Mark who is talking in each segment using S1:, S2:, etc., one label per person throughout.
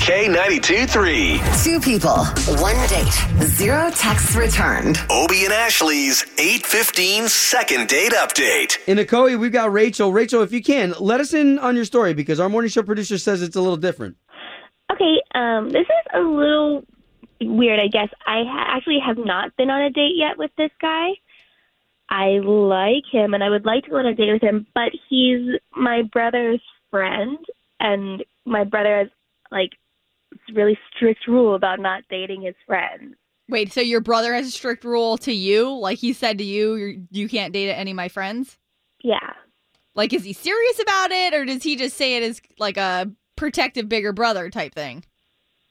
S1: K92 3.
S2: Two people, one date, zero texts returned.
S1: Obie and Ashley's 815 second date update.
S3: In Ocoee, we've got Rachel. Rachel, if you can, let us in on your story because our morning show producer says it's a little different.
S4: Okay, um, this is a little weird, I guess. I ha- actually have not been on a date yet with this guy. I like him, and I would like to go on a date with him, but he's my brother's friend, and my brother has like really strict rule about not dating his friends.
S5: Wait, so your brother has a strict rule to you? Like he said to you, you're, you can't date any of my friends?
S4: Yeah,
S5: Like, is he serious about it or does he just say it as like a protective bigger brother type thing?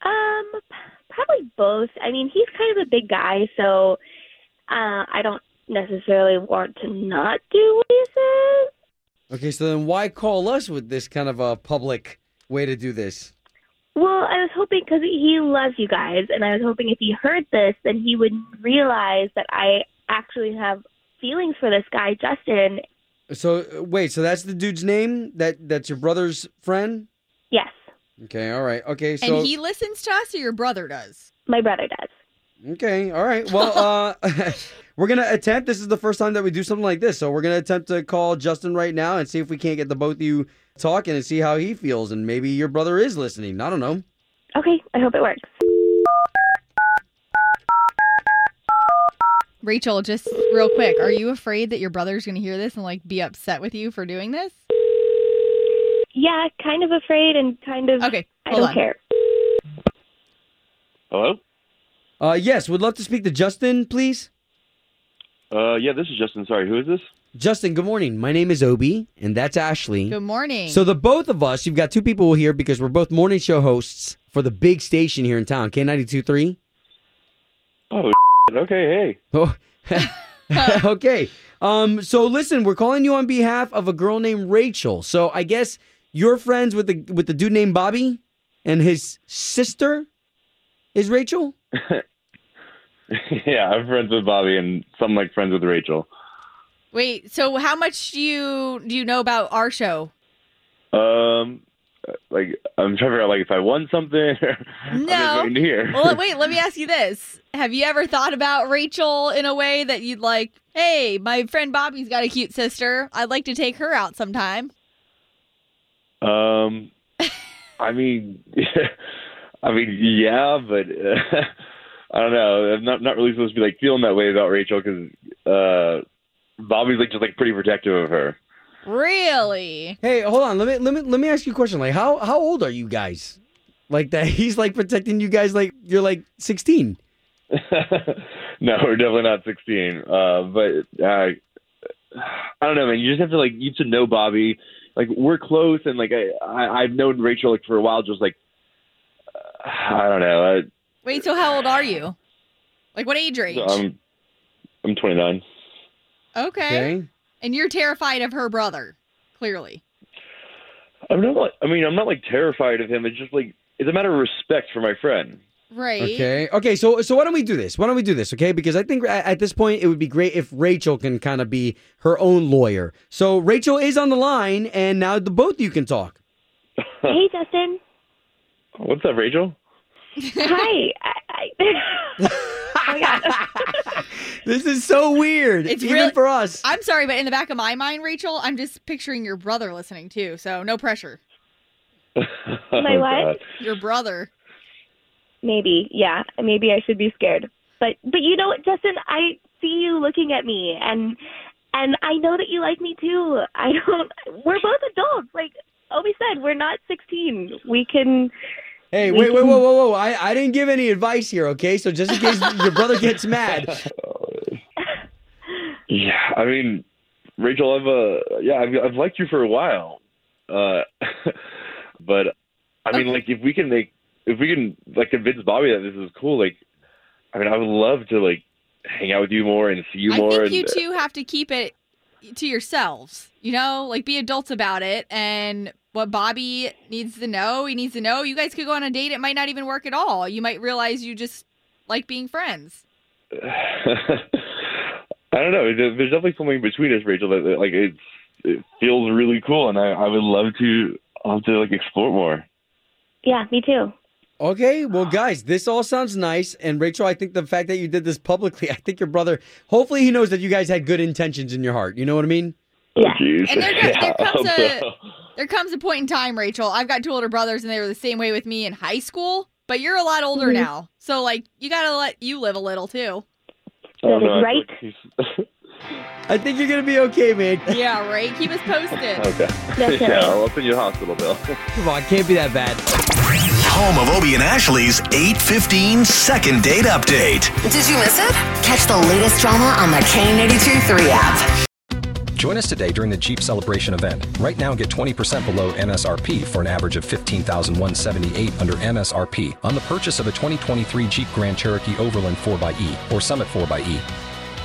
S4: um, p- probably both. I mean, he's kind of a big guy, so uh, I don't necessarily want to not do what he says.
S3: Okay, so then why call us with this kind of a public way to do this?
S4: Well, I was hoping because he loves you guys, and I was hoping if he heard this, then he would realize that I actually have feelings for this guy, Justin.
S3: So uh, wait, so that's the dude's name? That that's your brother's friend?
S4: Yes,
S3: Okay, all right. Okay, so
S5: and he listens to us or your brother does?
S4: my brother does.
S3: Okay, all right. Well, uh we're going to attempt this is the first time that we do something like this. So we're going to attempt to call Justin right now and see if we can't get the both of you talking and see how he feels and maybe your brother is listening. I don't know.
S4: Okay, I hope it works.
S5: Rachel, just real quick, are you afraid that your brother's going to hear this and like be upset with you for doing this?
S4: Yeah, kind of afraid and kind of.
S5: Okay,
S4: I
S5: hold
S4: don't
S5: on.
S4: care.
S6: Hello?
S3: Uh yes, would love to speak to Justin, please.
S6: Uh, yeah, this is Justin. Sorry, who is this?
S3: Justin, good morning. My name is Obi and that's Ashley.
S5: Good morning.
S3: So the both of us, you've got two people here because we're both morning show hosts for the big station here in town, K92.3.
S6: Oh, okay, hey.
S3: Oh, okay. Um, so listen, we're calling you on behalf of a girl named Rachel. So I guess you're friends with the with the dude named Bobby, and his sister is Rachel.
S6: yeah, I'm friends with Bobby and some like friends with Rachel.
S5: Wait, so how much do you do you know about our show?
S6: Um, like, I'm trying to figure out, like, if I won something. I'm
S5: No.
S6: just waiting to hear.
S5: Well, wait, let me ask you this. Have you ever thought about Rachel in a way that you'd like, hey, my friend Bobby's got a cute sister. I'd like to take her out sometime.
S6: um, I mean, I mean, yeah, but uh, I don't know. I'm not, not really supposed to be, like, feeling that way about Rachel because uh, Bobby's, like, just, like, pretty protective of her.
S5: Really?
S3: Hey, hold on. Let me let me let me ask you a question. Like, how how old are you guys? Like that he's like protecting you guys like you're like 16.
S6: no, we're definitely not 16. Uh, but uh, I don't know, man. You just have to like you have to know Bobby. Like we're close, and like I, I I've known Rachel like for a while. Just like uh, I don't know.
S5: Wait, so how old are you? Like what age range?
S6: I, I'm I'm 29.
S5: okay. And you're terrified of her brother, clearly.
S6: I'm not. like- I mean, I'm not like terrified of him. It's just like it's a matter of respect for my friend.
S5: Right.
S3: Okay. Okay. So so why don't we do this? Why don't we do this? Okay, because I think at, at this point it would be great if Rachel can kind of be her own lawyer. So Rachel is on the line, and now the both of you can talk.
S4: hey, Justin.
S6: What's up, Rachel?
S4: Hi. I, I,
S3: This is so weird,
S5: It's
S3: even
S5: really-
S3: for us.
S5: I'm sorry, but in the back of my mind, Rachel, I'm just picturing your brother listening too. So no pressure.
S6: Oh,
S4: what?
S6: God.
S5: Your brother.
S4: maybe. Yeah. Maybe I should be scared. But but you know what, Justin? I see you looking at me, and and I know that you like me too. I don't. We're both adults. Like Obi said, we're not sixteen. We can.
S3: hey, wait, wait, whoa, whoa, whoa! I I didn't give any advice here. Okay, so just in case your brother gets mad,
S6: Yeah, I mean, Rachel, I've uh, yeah, I've, I've liked you for a while, uh, but I mean, like, if we can make if we can like convince Bobby that this is cool, like, I mean, I would love to like hang out with you more and see you
S5: I
S6: more.
S5: think
S6: and, uh,
S5: you two have to keep it to yourselves. You know, like be adults about it. And what Bobby needs to know, he needs to know. You guys could go on a date. It might not even work at all. You might realize you just like being friends.
S6: I don't know. There- There's definitely something between us, Rachel. That, that like it's it feels really cool, and I, I would love to I'll have to like explore more.
S4: Yeah, me too.
S3: Okay, well, guys, this all sounds nice. And Rachel, I think the fact that you did this publicly, I think your brother, hopefully, he knows that you guys had good intentions in your heart. You know what I mean?
S4: Yeah.
S6: Oh, jeez.
S5: And there go- there
S6: I
S5: comes
S6: hope
S5: a-
S6: so.
S5: There comes a point in time, Rachel. I've got two older brothers, and they were the same way with me in high school. But you're a lot older
S4: Mhm.
S5: now, so like you gotta let you live a little too.
S6: I don't know. I
S4: Right?
S6: feel like he's-
S3: I think you're going to be okay, man.
S5: Yeah, right. Keep us posted.
S6: okay.
S4: That's
S6: yeah,
S4: right.
S6: I'll open your hospital bill.
S3: Come on, can't be that bad.
S1: Home of Obie and Ashley's 815 second date update.
S2: Did you miss it? Catch the latest drama on the K82 3 app.
S7: Join us today during the Jeep Celebration event. Right now, get 20% below MSRP for an average of 15178 under MSRP on the purchase of a 2023 Jeep Grand Cherokee Overland 4xE or Summit 4xE.